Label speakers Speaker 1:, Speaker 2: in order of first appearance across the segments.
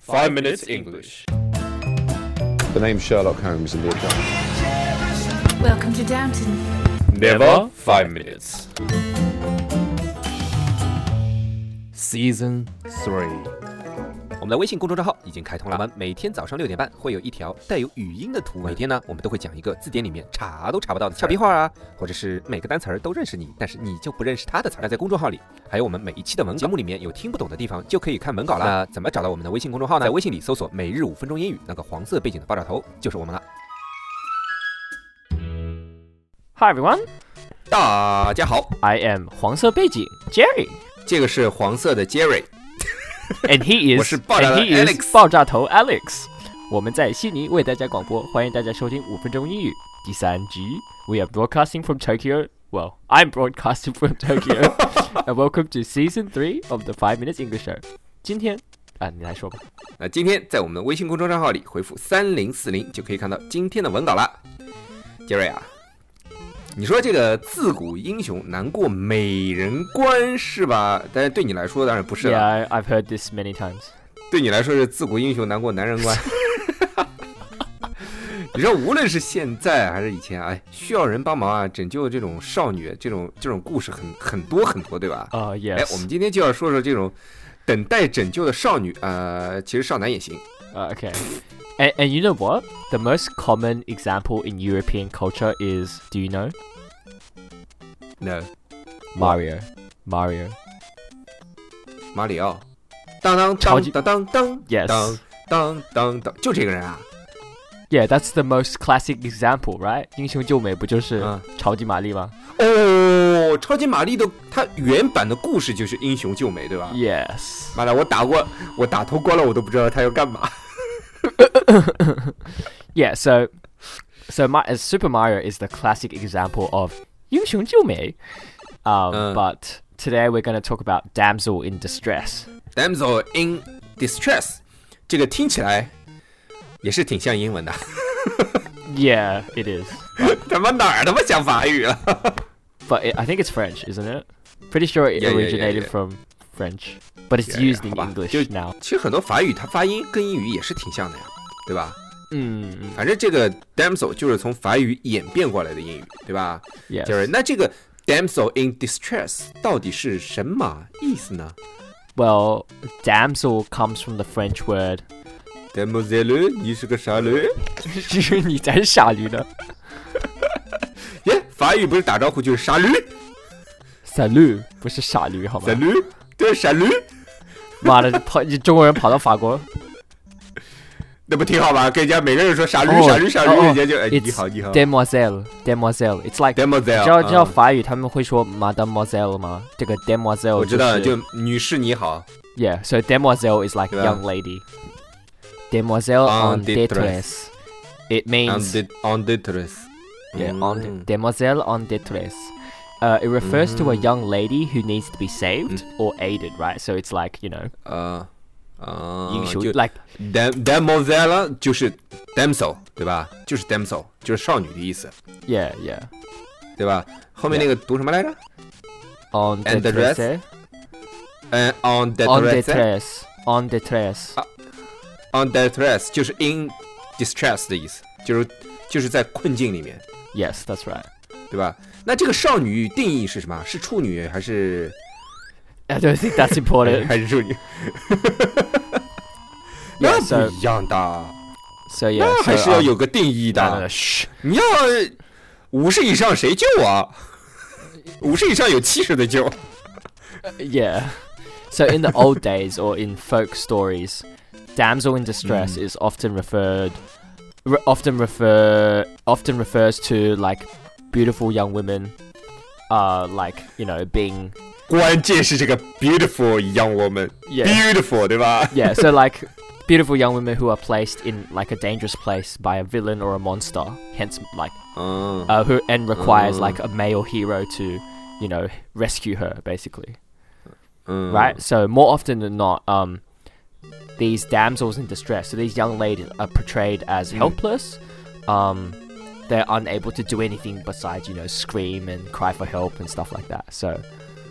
Speaker 1: Five Minutes English.
Speaker 2: The name Sherlock Holmes in the account.
Speaker 3: Welcome to Downton.
Speaker 1: Never five minutes.
Speaker 4: Season Three，
Speaker 5: 我们的微信公众账号已经开通了，我们每天早上六点半会有一条带有语音的图文。每天呢，我们都会讲一个字典里面查都查不到的俏皮话啊，或者是每个单词儿都认识你，但是你就不认识它的词儿。那在公众号里，还有我们每一期的文稿节目里面有听不懂的地方，就可以看文稿了。那怎么找到我们的微信公众号呢？在微信里搜索“每日五分钟英语”，那个黄色背景的爆炸头就是我们了。
Speaker 4: Hi everyone,
Speaker 5: 大家好，
Speaker 4: I am 黄色背景 Jerry,
Speaker 5: 这个是黄色的 Jerry，
Speaker 4: and he
Speaker 5: 我
Speaker 4: is
Speaker 5: 是爆炸
Speaker 4: and
Speaker 5: 头
Speaker 4: he
Speaker 5: Alex
Speaker 4: is 爆炸头 Alex。我们在悉尼为大家广播，欢迎大家收听五分钟英语第三集。We are broadcasting from Tokyo. Well, I'm broadcasting from Tokyo. and welcome to Season Three of the Five Minutes English Show. 今天啊，你来说吧。
Speaker 5: 那今天在我们的微信公众账号里回复三零四零就可以看到今天的文稿了。杰瑞啊，你说这个自古英雄难过美人关是吧？但是对你来说当然不是
Speaker 4: Yeah,
Speaker 5: 了
Speaker 4: I- I've heard this many times.
Speaker 5: 对你来说是自古英雄难过男人关。 你知道，无论是现在还是以前，哎，需要人帮忙啊，拯救这种少女，这种这种故事很很多很多，对吧？
Speaker 4: 啊、y e
Speaker 5: 哎，我们
Speaker 4: s
Speaker 5: 今天就要说说这种等待拯救的少女，呃，其实少男也行。
Speaker 4: Uh, okay. And, and you know what? The most common example in European culture is do you know?
Speaker 5: No，
Speaker 4: Mario. Mario.
Speaker 5: 马里奥，当当
Speaker 4: 超
Speaker 5: 当
Speaker 4: 级
Speaker 5: 当当当
Speaker 4: Yes.
Speaker 5: 当当当当，就这个人啊，
Speaker 4: Yeah, that's the most classic example, right? 英雄救美不就是
Speaker 5: 嗯
Speaker 4: 超级玛丽吗、
Speaker 5: 哦，超级玛丽的她原版的故事就是英雄救美，对吧？
Speaker 4: y e s
Speaker 5: 妈的，我打过，我打头光了，我都不知道他要干嘛。
Speaker 4: Yeah. So, so my, uh, Super Mario is the classic example of 英雄救美. Um,
Speaker 5: Uh.
Speaker 4: But today we're going to talk about damsel in distress.
Speaker 5: Damsel in distress，这个听起来也是挺像英文的，
Speaker 4: Yeah, it is.
Speaker 5: 他妈哪儿他妈像法语了？
Speaker 4: But it, I think it's French, isn't it? Pretty sure it
Speaker 5: Yeah, yeah, yeah,
Speaker 4: originated
Speaker 5: yeah.
Speaker 4: from French, but it's
Speaker 5: Yeah, yeah,
Speaker 4: used in
Speaker 5: 好吧
Speaker 4: English
Speaker 5: 就
Speaker 4: now.
Speaker 5: 其实很多法语它发音跟英语也是挺像的呀，对吧？
Speaker 4: 嗯
Speaker 5: 反正这个 damsel 就是从法语演变过来的英语，对吧？
Speaker 4: ，Yes.
Speaker 5: 就是那这个 damsel in distress 到底是什么意思呢
Speaker 4: Well, damsel comes from the French word.
Speaker 5: ？Damsel，你是个傻驴？
Speaker 4: 你才是傻驴呢
Speaker 5: 耶，法语不是打招呼就是傻驴，
Speaker 4: ！Salut 不是傻驴好吗
Speaker 5: 傻？驴，对，傻驴，
Speaker 4: 妈的，跑中国人跑到 法国
Speaker 5: 那不挺好吗？跟人家每个人说傻驴，
Speaker 4: 哦
Speaker 5: 傻驴，傻驴，
Speaker 4: 哦哦
Speaker 5: 人家就哎你好，
Speaker 4: ，It's
Speaker 5: 你好
Speaker 4: demoiselle, demoiselle. It's like
Speaker 5: ，damsel，
Speaker 4: 知道知道
Speaker 5: 嗯
Speaker 4: 法语他们会说 mademoiselle 吗？这个 demoiselle
Speaker 5: 我知道，
Speaker 4: 是
Speaker 5: 就女士你好
Speaker 4: Yeah, so demoiselle is like
Speaker 5: 对吧
Speaker 4: young lady. Demoiselle
Speaker 5: En
Speaker 4: en
Speaker 5: détresse.
Speaker 4: détresse. It
Speaker 5: ，on
Speaker 4: means
Speaker 5: the on the dress，
Speaker 4: yeah, en dé-
Speaker 5: 嗯
Speaker 4: demoiselle en détresse. Uh, it refers to
Speaker 5: Mm.
Speaker 4: a young lady who needs to be saved or aided, right? So it's like you know,
Speaker 5: 呃呃，
Speaker 4: you should
Speaker 5: 就
Speaker 4: like
Speaker 5: dam damsel 就是 damsel 对吧？就是 damsel 就是少女的意思，
Speaker 4: yeah, yeah.
Speaker 5: 对吧？后面那个读什么来着？
Speaker 4: En
Speaker 5: And the rest?
Speaker 4: détresse,
Speaker 5: 嗯，on the
Speaker 4: en
Speaker 5: dress
Speaker 4: détresse, en détresse.
Speaker 5: on the dress 就是 in distress 的意思，就是就是在困境里面，
Speaker 4: Yes, that's right.
Speaker 5: 对吧？那这个少女定义是什么？是处女还是
Speaker 4: I don't think that's important.
Speaker 5: 还是处女？那
Speaker 4: yeah,
Speaker 5: 不
Speaker 4: so
Speaker 5: 一样的，
Speaker 4: so yeah,
Speaker 5: 那
Speaker 4: so,
Speaker 5: 还是要
Speaker 4: um,
Speaker 5: 有个定义
Speaker 4: no, no, no,
Speaker 5: 的。
Speaker 4: shh.
Speaker 5: 你要五十以上谁救啊？五十以上有七十的救。
Speaker 4: Yeah. So in the old days or in folk stories, damsel in distress is often referred re- often refer often refers to like beautiful young women uh like, you know, being
Speaker 5: 关键是这个 beautiful young woman，beautiful
Speaker 4: yeah.
Speaker 5: 对吧？
Speaker 4: yeah, so like beautiful young women who are placed in like a dangerous place by a villain or a monster, hence like
Speaker 5: 嗯，
Speaker 4: uh, who and requires
Speaker 5: Mm.
Speaker 4: like a male hero to, you know, rescue her basically.
Speaker 5: 嗯
Speaker 4: right? So more often than not, um, these damsels in distress, so these young ladies are portrayed as helpless. Um, they're unable to do anything besides, you know, scream and cry for help and stuff like that. So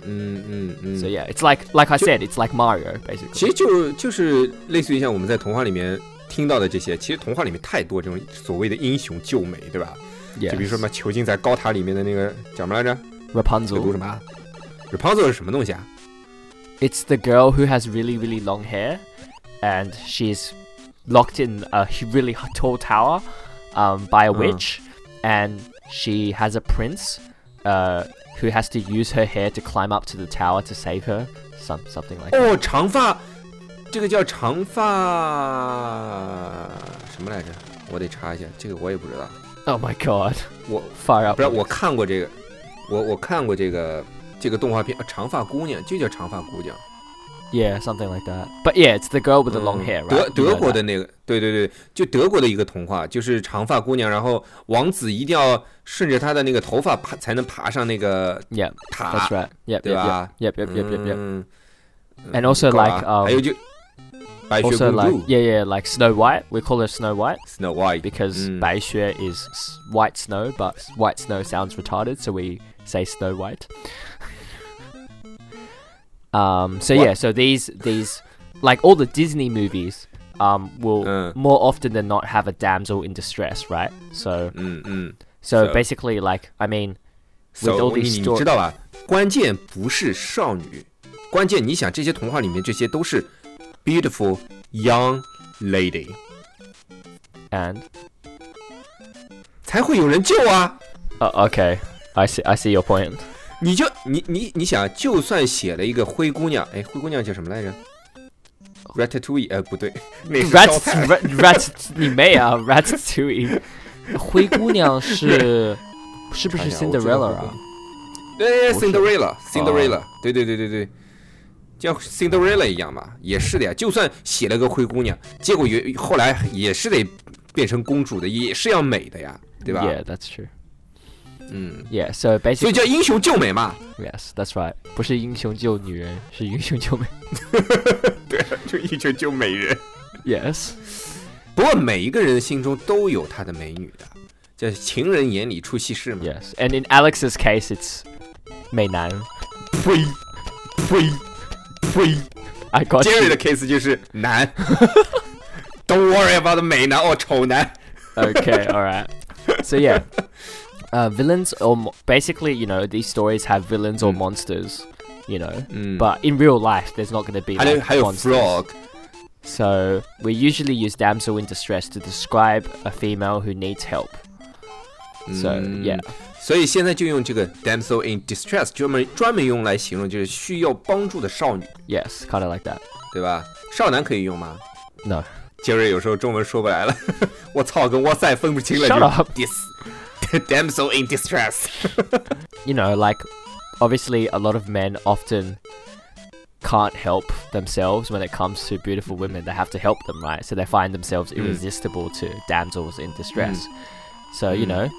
Speaker 5: 嗯嗯嗯
Speaker 4: So yeah, it's like like I
Speaker 5: 就
Speaker 4: said, it's like Mario
Speaker 5: 其
Speaker 4: basically.
Speaker 5: 实就就是类似于像我们在童话里面听到的这些，其实童话里面太多这种所谓的英雄救美，对吧？
Speaker 4: Yeah.
Speaker 5: 就比如说什么囚禁在高塔里面的那个叫什么来着？这读
Speaker 4: Rapunzel.
Speaker 5: 什么啊？Rapunzel 是什么东西啊？
Speaker 4: It's the girl who has really really long hair, and she's locked in a h- really h- tall tower um, by a
Speaker 5: Mm.
Speaker 4: witch, and she has a prince uh, who has to use her hair to climb up to the tower to save her. Some something like
Speaker 5: 哦，长发，这个叫长发什么来着？我得查一下，这个我也不知道。
Speaker 4: Oh my god!
Speaker 5: 我
Speaker 4: Fire up!
Speaker 5: 不是我看过这个，我我看过这个这个动画片，啊长发姑娘就叫长发姑娘。
Speaker 4: Yeah, something like that. But yeah, it's the girl with the long
Speaker 5: 嗯
Speaker 4: hair, right?
Speaker 5: 德
Speaker 4: You
Speaker 5: 德
Speaker 4: know
Speaker 5: 国
Speaker 4: that.
Speaker 5: 的那个，对对对，就德国的一个童话，就是长发姑娘，然后王子一定要顺着她的那个头发爬，才能爬上那个
Speaker 4: Yeah,
Speaker 5: 塔
Speaker 4: that's，right.
Speaker 5: Ah.
Speaker 4: Yep,
Speaker 5: 对
Speaker 4: yep, yep,
Speaker 5: 吧？
Speaker 4: yep, yep, yep, yep, yep.
Speaker 5: 嗯
Speaker 4: And also
Speaker 5: 够了
Speaker 4: like,
Speaker 5: 啊
Speaker 4: um,
Speaker 5: 还有就白雪
Speaker 4: Also,
Speaker 5: 公
Speaker 4: like
Speaker 5: 主
Speaker 4: yeah, yeah, like Snow White. We call her Snow White
Speaker 5: Snow White，
Speaker 4: because
Speaker 5: Mm.
Speaker 4: Bai Xue is s- white snow, but s- white snow sounds retarded, so we say Snow White. um. So
Speaker 5: What?
Speaker 4: yeah. So these these like all the Disney movies um will
Speaker 5: Mm.
Speaker 4: more often than not have a damsel in distress, right? So
Speaker 5: 嗯嗯，
Speaker 4: so,
Speaker 5: So-
Speaker 4: basically, like I mean, with
Speaker 5: 所
Speaker 4: all
Speaker 5: 以
Speaker 4: these
Speaker 5: 你
Speaker 4: sto-
Speaker 5: 你知道吧？关键不是少女，关键你想这些童话里面这些都是 beautiful young lady，
Speaker 4: and
Speaker 5: 才会有人救啊。
Speaker 4: uh, okay, I see I see your point.
Speaker 5: 你就你你你想，就算写了一个灰姑娘，哎，灰姑娘叫什么来着？Ratatouille，呃，不对， 那是烧
Speaker 4: Rats
Speaker 5: 菜
Speaker 4: Rat Rats 你妹啊，Rats t o e 灰姑娘是是不
Speaker 5: 查
Speaker 4: 是
Speaker 5: 一下我知道
Speaker 4: Cinderella
Speaker 5: 灰 姑
Speaker 4: 啊
Speaker 5: 娘？对
Speaker 4: 不是
Speaker 5: 啊，Cinderella，Cinderella，对对对对对，像 Cinderella 一样嘛，也是的呀。就算写了个灰姑娘，结果也后来也是得变成公主的，也是要美的呀，对吧？
Speaker 4: Yeah, that's true.
Speaker 5: 嗯，
Speaker 4: Yeah, so
Speaker 5: 所以
Speaker 4: basically,
Speaker 5: 叫英雄救美嘛，
Speaker 4: yes, that's right. 不是英雄救女人，是英雄救美。
Speaker 5: 就英雄救美人。
Speaker 4: Yes.
Speaker 5: 不过每一个人心中都有她的美女的，叫情人眼里出西施嘛。
Speaker 4: Yes. And in Alex's case, it's 美男。
Speaker 5: 呸呸呸！
Speaker 4: I got
Speaker 5: Jerry
Speaker 4: you.
Speaker 5: 的 case 就是男 ，Don't worry about the 美男哦，丑男。
Speaker 4: Okay, all right. So yeah, uh, villains or mo- basically, you know, these stories have villains or
Speaker 5: Mm.
Speaker 4: monsters, you know.
Speaker 5: 嗯
Speaker 4: But in real life, there's not going to be
Speaker 5: 还有
Speaker 4: like,
Speaker 5: 还有
Speaker 4: monsters.
Speaker 5: frog，
Speaker 4: So we usually use damsel in distress to describe a female who needs help. So
Speaker 5: 嗯
Speaker 4: yeah,
Speaker 5: 所以现在就用这个 damsel in distress 专门专门用来形容就是需要帮助的少女，
Speaker 4: yes, kind of like that.
Speaker 5: 对吧？少男可以用吗
Speaker 4: No.
Speaker 5: ？Jerry 有时候中文说不来了， 我操跟哇塞分不清了。
Speaker 4: Shut
Speaker 5: 就
Speaker 4: up.
Speaker 5: Dis damsel in distress。
Speaker 4: You know, like obviously a lot of men often can't help themselves when it comes to
Speaker 5: Mm-hmm.
Speaker 4: beautiful women. They have to help them, right? So they find themselves irresistible to damsels in distress. So
Speaker 5: Mm.
Speaker 4: you
Speaker 5: Mm.
Speaker 4: know,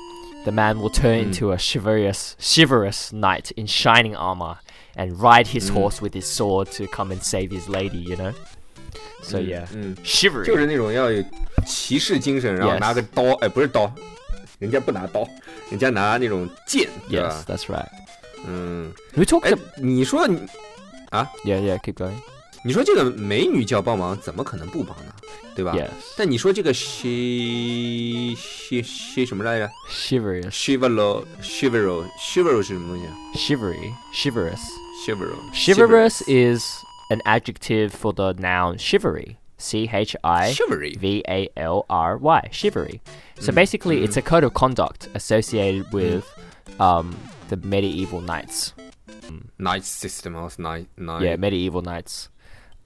Speaker 4: the man will turn
Speaker 5: Mm.
Speaker 4: into a chivalrous, chivalrous knight in shining armor and ride his
Speaker 5: Mm.
Speaker 4: horse with his sword to come and save his lady. You know. So
Speaker 5: Mm.
Speaker 4: yeah.
Speaker 5: 嗯，
Speaker 4: Chivalry.
Speaker 5: 就是那种要有骑士精神，然后
Speaker 4: Yes.
Speaker 5: 拿个刀，哎，不是刀，人家不拿刀，人家拿那种剑，对
Speaker 4: Yes,
Speaker 5: 吧？
Speaker 4: that's right.
Speaker 5: 嗯，
Speaker 4: We talked.
Speaker 5: 哎
Speaker 4: ab-，
Speaker 5: 你说你，
Speaker 4: yeah, yeah. Keep going.
Speaker 5: 你说这个美女叫帮忙，怎么可能不帮呢？对吧
Speaker 4: Yes.
Speaker 5: 但你说这个 she she she 什么来着
Speaker 4: Chivalrous.
Speaker 5: ？shivero shivero shivero 是什么东西啊
Speaker 4: Shivery. Chivalrous.
Speaker 5: ？shivero
Speaker 4: Chivalrous is an adjective for the noun chivalry. C H I
Speaker 5: shivery
Speaker 4: V A L R Y. Chivalry. So
Speaker 5: Mm,
Speaker 4: basically,
Speaker 5: mm.
Speaker 4: it's a code of conduct associated with um, the medieval knights.
Speaker 5: night system of night night
Speaker 4: Yeah, medieval knights.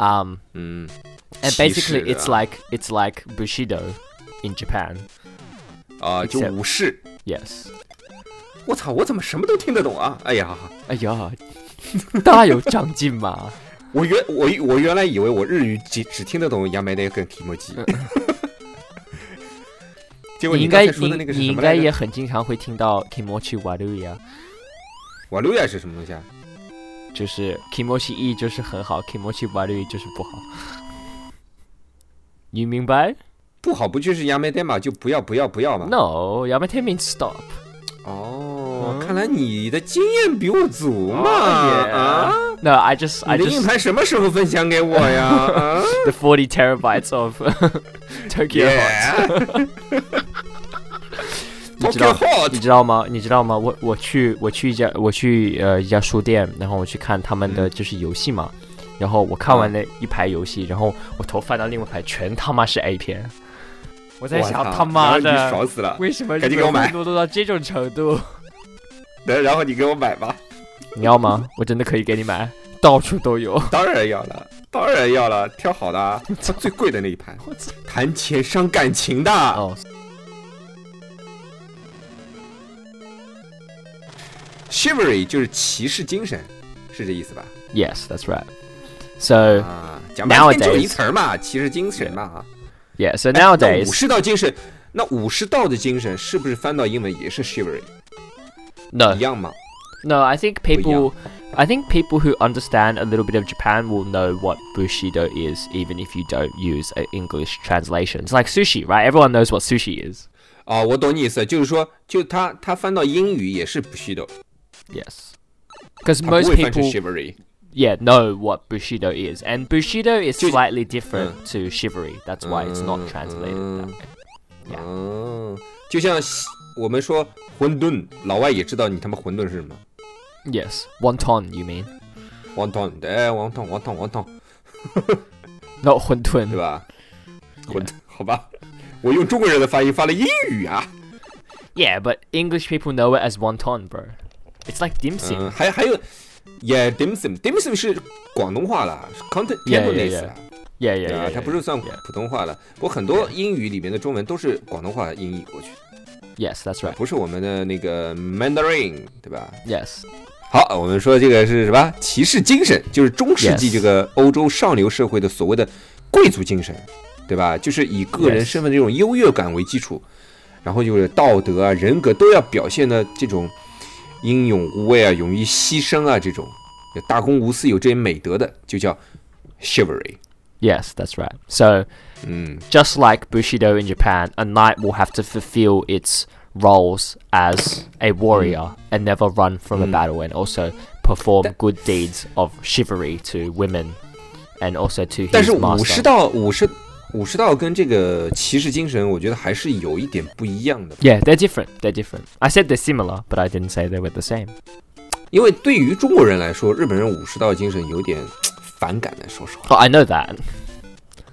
Speaker 4: Um,
Speaker 5: 嗯
Speaker 4: and
Speaker 5: 骑士
Speaker 4: basically, it's
Speaker 5: 对吧
Speaker 4: like it's like bushido in Japan.
Speaker 5: 啊就
Speaker 4: except-
Speaker 5: 武士。
Speaker 4: Yes.
Speaker 5: 我操，我怎么什么都听得懂啊？哎呀，
Speaker 4: 哎呀，大有长进嘛。
Speaker 5: 我原我我原来以为我日语只只听得懂杨梅的跟 Kimoji，结果
Speaker 4: 你应
Speaker 5: 刚
Speaker 4: 该
Speaker 5: 才说
Speaker 4: 你
Speaker 5: 的那个是
Speaker 4: 你
Speaker 5: 什
Speaker 4: 应
Speaker 5: 么
Speaker 4: 该
Speaker 5: 来
Speaker 4: 也
Speaker 5: 着？
Speaker 4: 很经常会听到 kimochi waru 啊，
Speaker 5: 瓦路亚是什么东西啊？
Speaker 4: 就是 kimochi e 就是很好，kimochi waru 就是不好。You 明白
Speaker 5: 不好，不就是杨梅丹嘛？就不要不要不要嘛。
Speaker 4: ？No, yamete means stop.
Speaker 5: 哦，看来你的经验比我足嘛
Speaker 4: Oh, yeah.
Speaker 5: 啊！
Speaker 4: No, I just, I
Speaker 5: 你的硬
Speaker 4: just
Speaker 5: 盘什么时候分享给我 呀？啊
Speaker 4: the 40 terabytes of Tokyo Hot.
Speaker 5: t o
Speaker 4: 你
Speaker 5: k
Speaker 4: 知
Speaker 5: y
Speaker 4: 道
Speaker 5: Hot，
Speaker 4: 你知道吗？你知道吗？我我去我去一家我去呃一家书店，然后我去看他们的就是游戏嘛，然后我看完了一排游戏，然后我头翻到另外一排，全他妈是 A 片。我在
Speaker 5: 我
Speaker 4: 想
Speaker 5: 操
Speaker 4: 他妈
Speaker 5: 然后你
Speaker 4: 的，
Speaker 5: 爽死了。
Speaker 4: 为什么
Speaker 5: 赶紧
Speaker 4: 人
Speaker 5: 给我买
Speaker 4: 会堕落到这种程度？
Speaker 5: 对然后你给我买吧，
Speaker 4: 你要吗？我真的可以给你买，到处都有。
Speaker 5: 当然要了，当然要了，挑好的， 啊，挑最贵的那一盘，
Speaker 4: 我操！
Speaker 5: 谈钱伤感情的。
Speaker 4: 哦，
Speaker 5: Chivalry 就是骑士精神，是这意思吧？
Speaker 4: Yes, that's right. So
Speaker 5: 啊，讲半天
Speaker 4: Nowadays
Speaker 5: 就一词儿嘛，骑士精神嘛啊。
Speaker 4: yeah, so
Speaker 5: 哎那
Speaker 4: nowadays,
Speaker 5: 武士道精神，那武士道的精神是不是翻到英文也是 Chivalry
Speaker 4: no,
Speaker 5: 一样吗？
Speaker 4: no. I think
Speaker 5: 一样
Speaker 4: people, I think people who understand a little bit of Japan will know what bushido is, even if you don't use uh, English translations. Like sushi, right? Everyone knows what sushi is.
Speaker 5: 哦，我懂你意思，就是说，就他他翻到英语也是 Bushido，
Speaker 4: Yes, because
Speaker 5: 他不
Speaker 4: most
Speaker 5: 会翻成
Speaker 4: people,
Speaker 5: Chivalry。
Speaker 4: yeah, know what bushido is, and bushido is
Speaker 5: Ju-
Speaker 4: slightly different to chivalry. That's why it's not translated that
Speaker 5: Uh.
Speaker 4: way. 呀
Speaker 5: 哦，嗯就像西我们说馄饨，老外也知道你他妈馄饨是什么，
Speaker 4: Yes, wonton, you mean?
Speaker 5: 王汤，哎，王汤，王汤，王汤，
Speaker 4: Not huntun.
Speaker 5: 对吧？馄饨，好吧，我用中国人的发音发了英语啊。
Speaker 4: Yeah, but English people know it as wonton, bro. It's like dim sum.
Speaker 5: 嗯，还还有，yeah dim sum，dim sum 是广东话啦是，content
Speaker 4: Yeah, yeah,
Speaker 5: Cantonese
Speaker 4: yeah.
Speaker 5: 啦，
Speaker 4: yeah, yeah,
Speaker 5: 对
Speaker 4: yeah,
Speaker 5: 吧？
Speaker 4: yeah,
Speaker 5: 它不是算
Speaker 4: yeah.
Speaker 5: 普通话了。不过很多英语里面的中文都是广东话音译过去的，
Speaker 4: Yes, that's right.
Speaker 5: 不是我们的那个 Mandarin，对吧？
Speaker 4: Yes.
Speaker 5: 好，我们说这个是什么？骑士精神，就是中世纪
Speaker 4: Yes
Speaker 5: 这个欧洲上流社会的所谓的贵族精神，对吧？就是以个人
Speaker 4: Yes
Speaker 5: 身份的这种优越感为基础，然后就是道德啊、人格都要表现的这种英勇无畏啊、勇于牺牲啊这种，有大公无私、有这些美德的，就叫 chivalry。
Speaker 4: Yes, that's right. So,
Speaker 5: 嗯
Speaker 4: just like Bushido in Japan, a knight will have to fulfill its roles as a warrior and never run from a battle, and also perform
Speaker 5: That-
Speaker 4: good deeds of chivalry to women and also to
Speaker 5: 但是
Speaker 4: his
Speaker 5: 武士
Speaker 4: master.
Speaker 5: 道、武士、武士道跟这个骑士精神，我觉得还是有一点不一样的。
Speaker 4: Yeah, they're different. They're different. I said they're similar, but I didn't say they were the same.
Speaker 5: 因为对于中国人来说，日本人武士道精神有点反感的，说实话，
Speaker 4: Oh, I know that.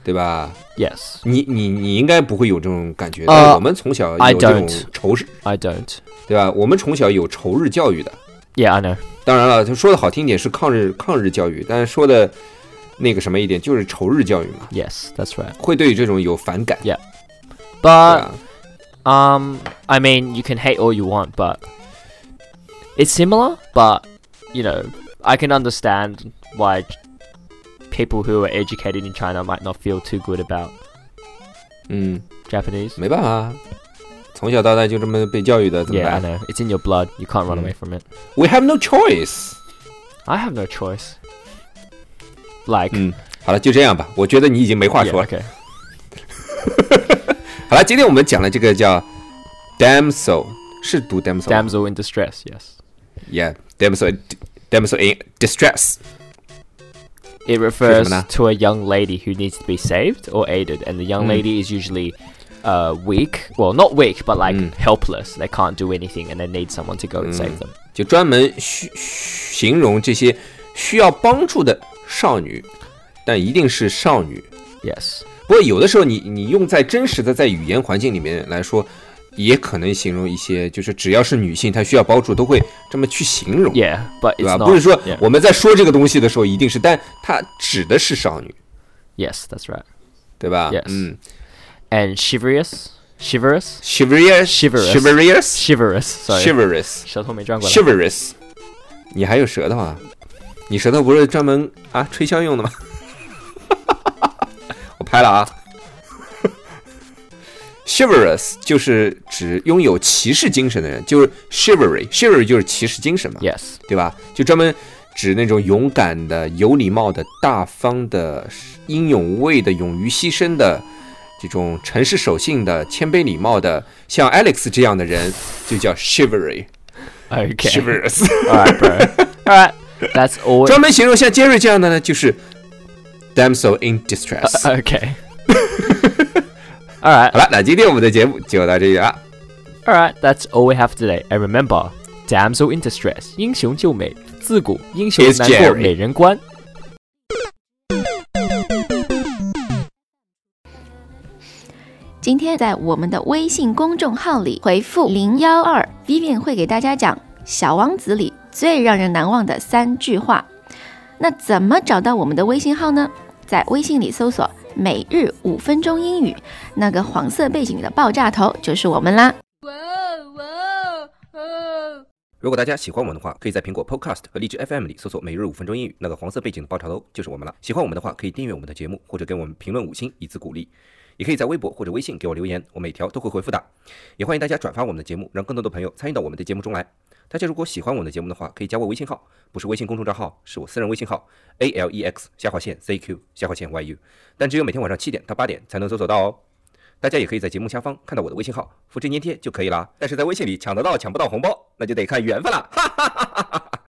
Speaker 5: 对吧？
Speaker 4: Yes,
Speaker 5: 你你你应该不会有这种感觉，
Speaker 4: 呃
Speaker 5: 但我们从小
Speaker 4: I
Speaker 5: 有这种
Speaker 4: don't
Speaker 5: 仇日，
Speaker 4: I don't.
Speaker 5: 对吧？我们从小有仇日教育的。
Speaker 4: Yeah, I know.
Speaker 5: 当然了，就说的好听点是抗日抗日教育，但是说的那个什么一点就是仇日教育嘛，
Speaker 4: Yes, that's right.
Speaker 5: 会对于这种有反感。对
Speaker 4: But
Speaker 5: 吧？
Speaker 4: Um, I mean, you can hate all you want, but it's similar. But you know, I can understand why ch- people who are educated in China might not feel too good about
Speaker 5: 嗯，
Speaker 4: Japanese.
Speaker 5: 没办法，啊从小到大就这么被教育的，怎么
Speaker 4: Yeah, I
Speaker 5: 办
Speaker 4: know. It's in your blood. You can't run
Speaker 5: Mm.
Speaker 4: away from it.
Speaker 5: ？We have no choice。
Speaker 4: I have no choice. Like,
Speaker 5: 嗯，好了，就这样吧，我觉得你已经没话
Speaker 4: yeah,
Speaker 5: 说了。
Speaker 4: okay.
Speaker 5: 好了，今天我们讲了这个叫 damsel，是读 damsel 吗
Speaker 4: damsel in distress. Yes,
Speaker 5: yeah damsel damsel in distress。
Speaker 4: it refers
Speaker 5: Shimona.
Speaker 4: to a young lady who needs to be saved or aided, and the young
Speaker 5: Mm.
Speaker 4: lady is usually. Uh, weak, well, not weak, but like
Speaker 5: Mm.
Speaker 4: helpless. They can't do anything, and they need someone to go and
Speaker 5: Mm.
Speaker 4: save them.
Speaker 5: 就专门需形容这些需要帮助的少女，但一定是少女。
Speaker 4: Yes.
Speaker 5: 不过有的时候你，你用在真实的在语言环境里面来说，也可能形容一些，就是只要是女性，她需要帮助，都会这么去形容
Speaker 4: Yeah, but
Speaker 5: 对
Speaker 4: it's
Speaker 5: 吧？
Speaker 4: not.
Speaker 5: 不是说
Speaker 4: yeah.
Speaker 5: 我们在说这个东西的时候一定是，但它指的是少女，
Speaker 4: Yes, that's right.
Speaker 5: 对吧
Speaker 4: Yes
Speaker 5: 嗯
Speaker 4: And chivalrous, chivalrous,
Speaker 5: ，chivalrous
Speaker 4: Chivalrous
Speaker 5: chivalrous
Speaker 4: chivalrous. Sorry.
Speaker 5: chivalrous
Speaker 4: 舌头没转过来。
Speaker 5: Chivalrous，你还有舌头啊？你舌头不是专门啊吹箫用的吗？ 我拍了啊。Chivalrous 就是指拥有骑士精神的人，就是 chivalry，chivalry 就是骑士精神嘛
Speaker 4: Yes.
Speaker 5: 对吧？就专门指那种勇敢的、有礼貌的、大方的、英勇无畏的、勇于牺牲的。这种诚实守信的、谦卑礼貌的，像 Alex 这样的人，就叫 chivalry。
Speaker 4: Okay.
Speaker 6: Chivalrous，
Speaker 4: All right, bro. All right. That's all.
Speaker 6: 专门形容像 Jerry 这样的呢，就是 damsel in distress。
Speaker 4: Okay. all right.
Speaker 6: 好了，那今天我们的节目就到这里了。
Speaker 4: All right. That's all we have today. And remember, damsel in distress, 英雄救美，自古英雄
Speaker 6: It's
Speaker 4: 难过
Speaker 6: Jerry.
Speaker 4: 美人关。
Speaker 7: 今天在我们的微信公众号里回复零幺二，Vivian 会给大家讲《小王子》里最让人难忘的三句话。那怎么找到我们的微信号呢？在微信里搜索“每日五分钟英语”，那个黄色背景的爆炸头就是我们啦。
Speaker 6: 如果大家喜欢我们的话，可以在苹果 Podcast 和荔枝 FM 里搜索“每日五分钟英语”，那个黄色背景的爆炒头就是我们了。喜欢我们的话，可以订阅我们的节目，或者给我们评论五星以资鼓励。也可以在微博或者微信给我留言，我每条都会回复的。也欢迎大家转发我们的节目，让更多的朋友参与到我们的节目中来。大家如果喜欢我们的节目的话，可以加我微信号，不是微信公众账号，是我私人微信号 a l e x 下划线 z q 下划线 y u，但只有每天晚上七点到八点才能搜索到哦。大家也可以在节目下方看到我的微信号，复制粘贴就可以啦。但是在微信里抢得到抢不到红包，那就得看缘分了。哈哈哈哈哈。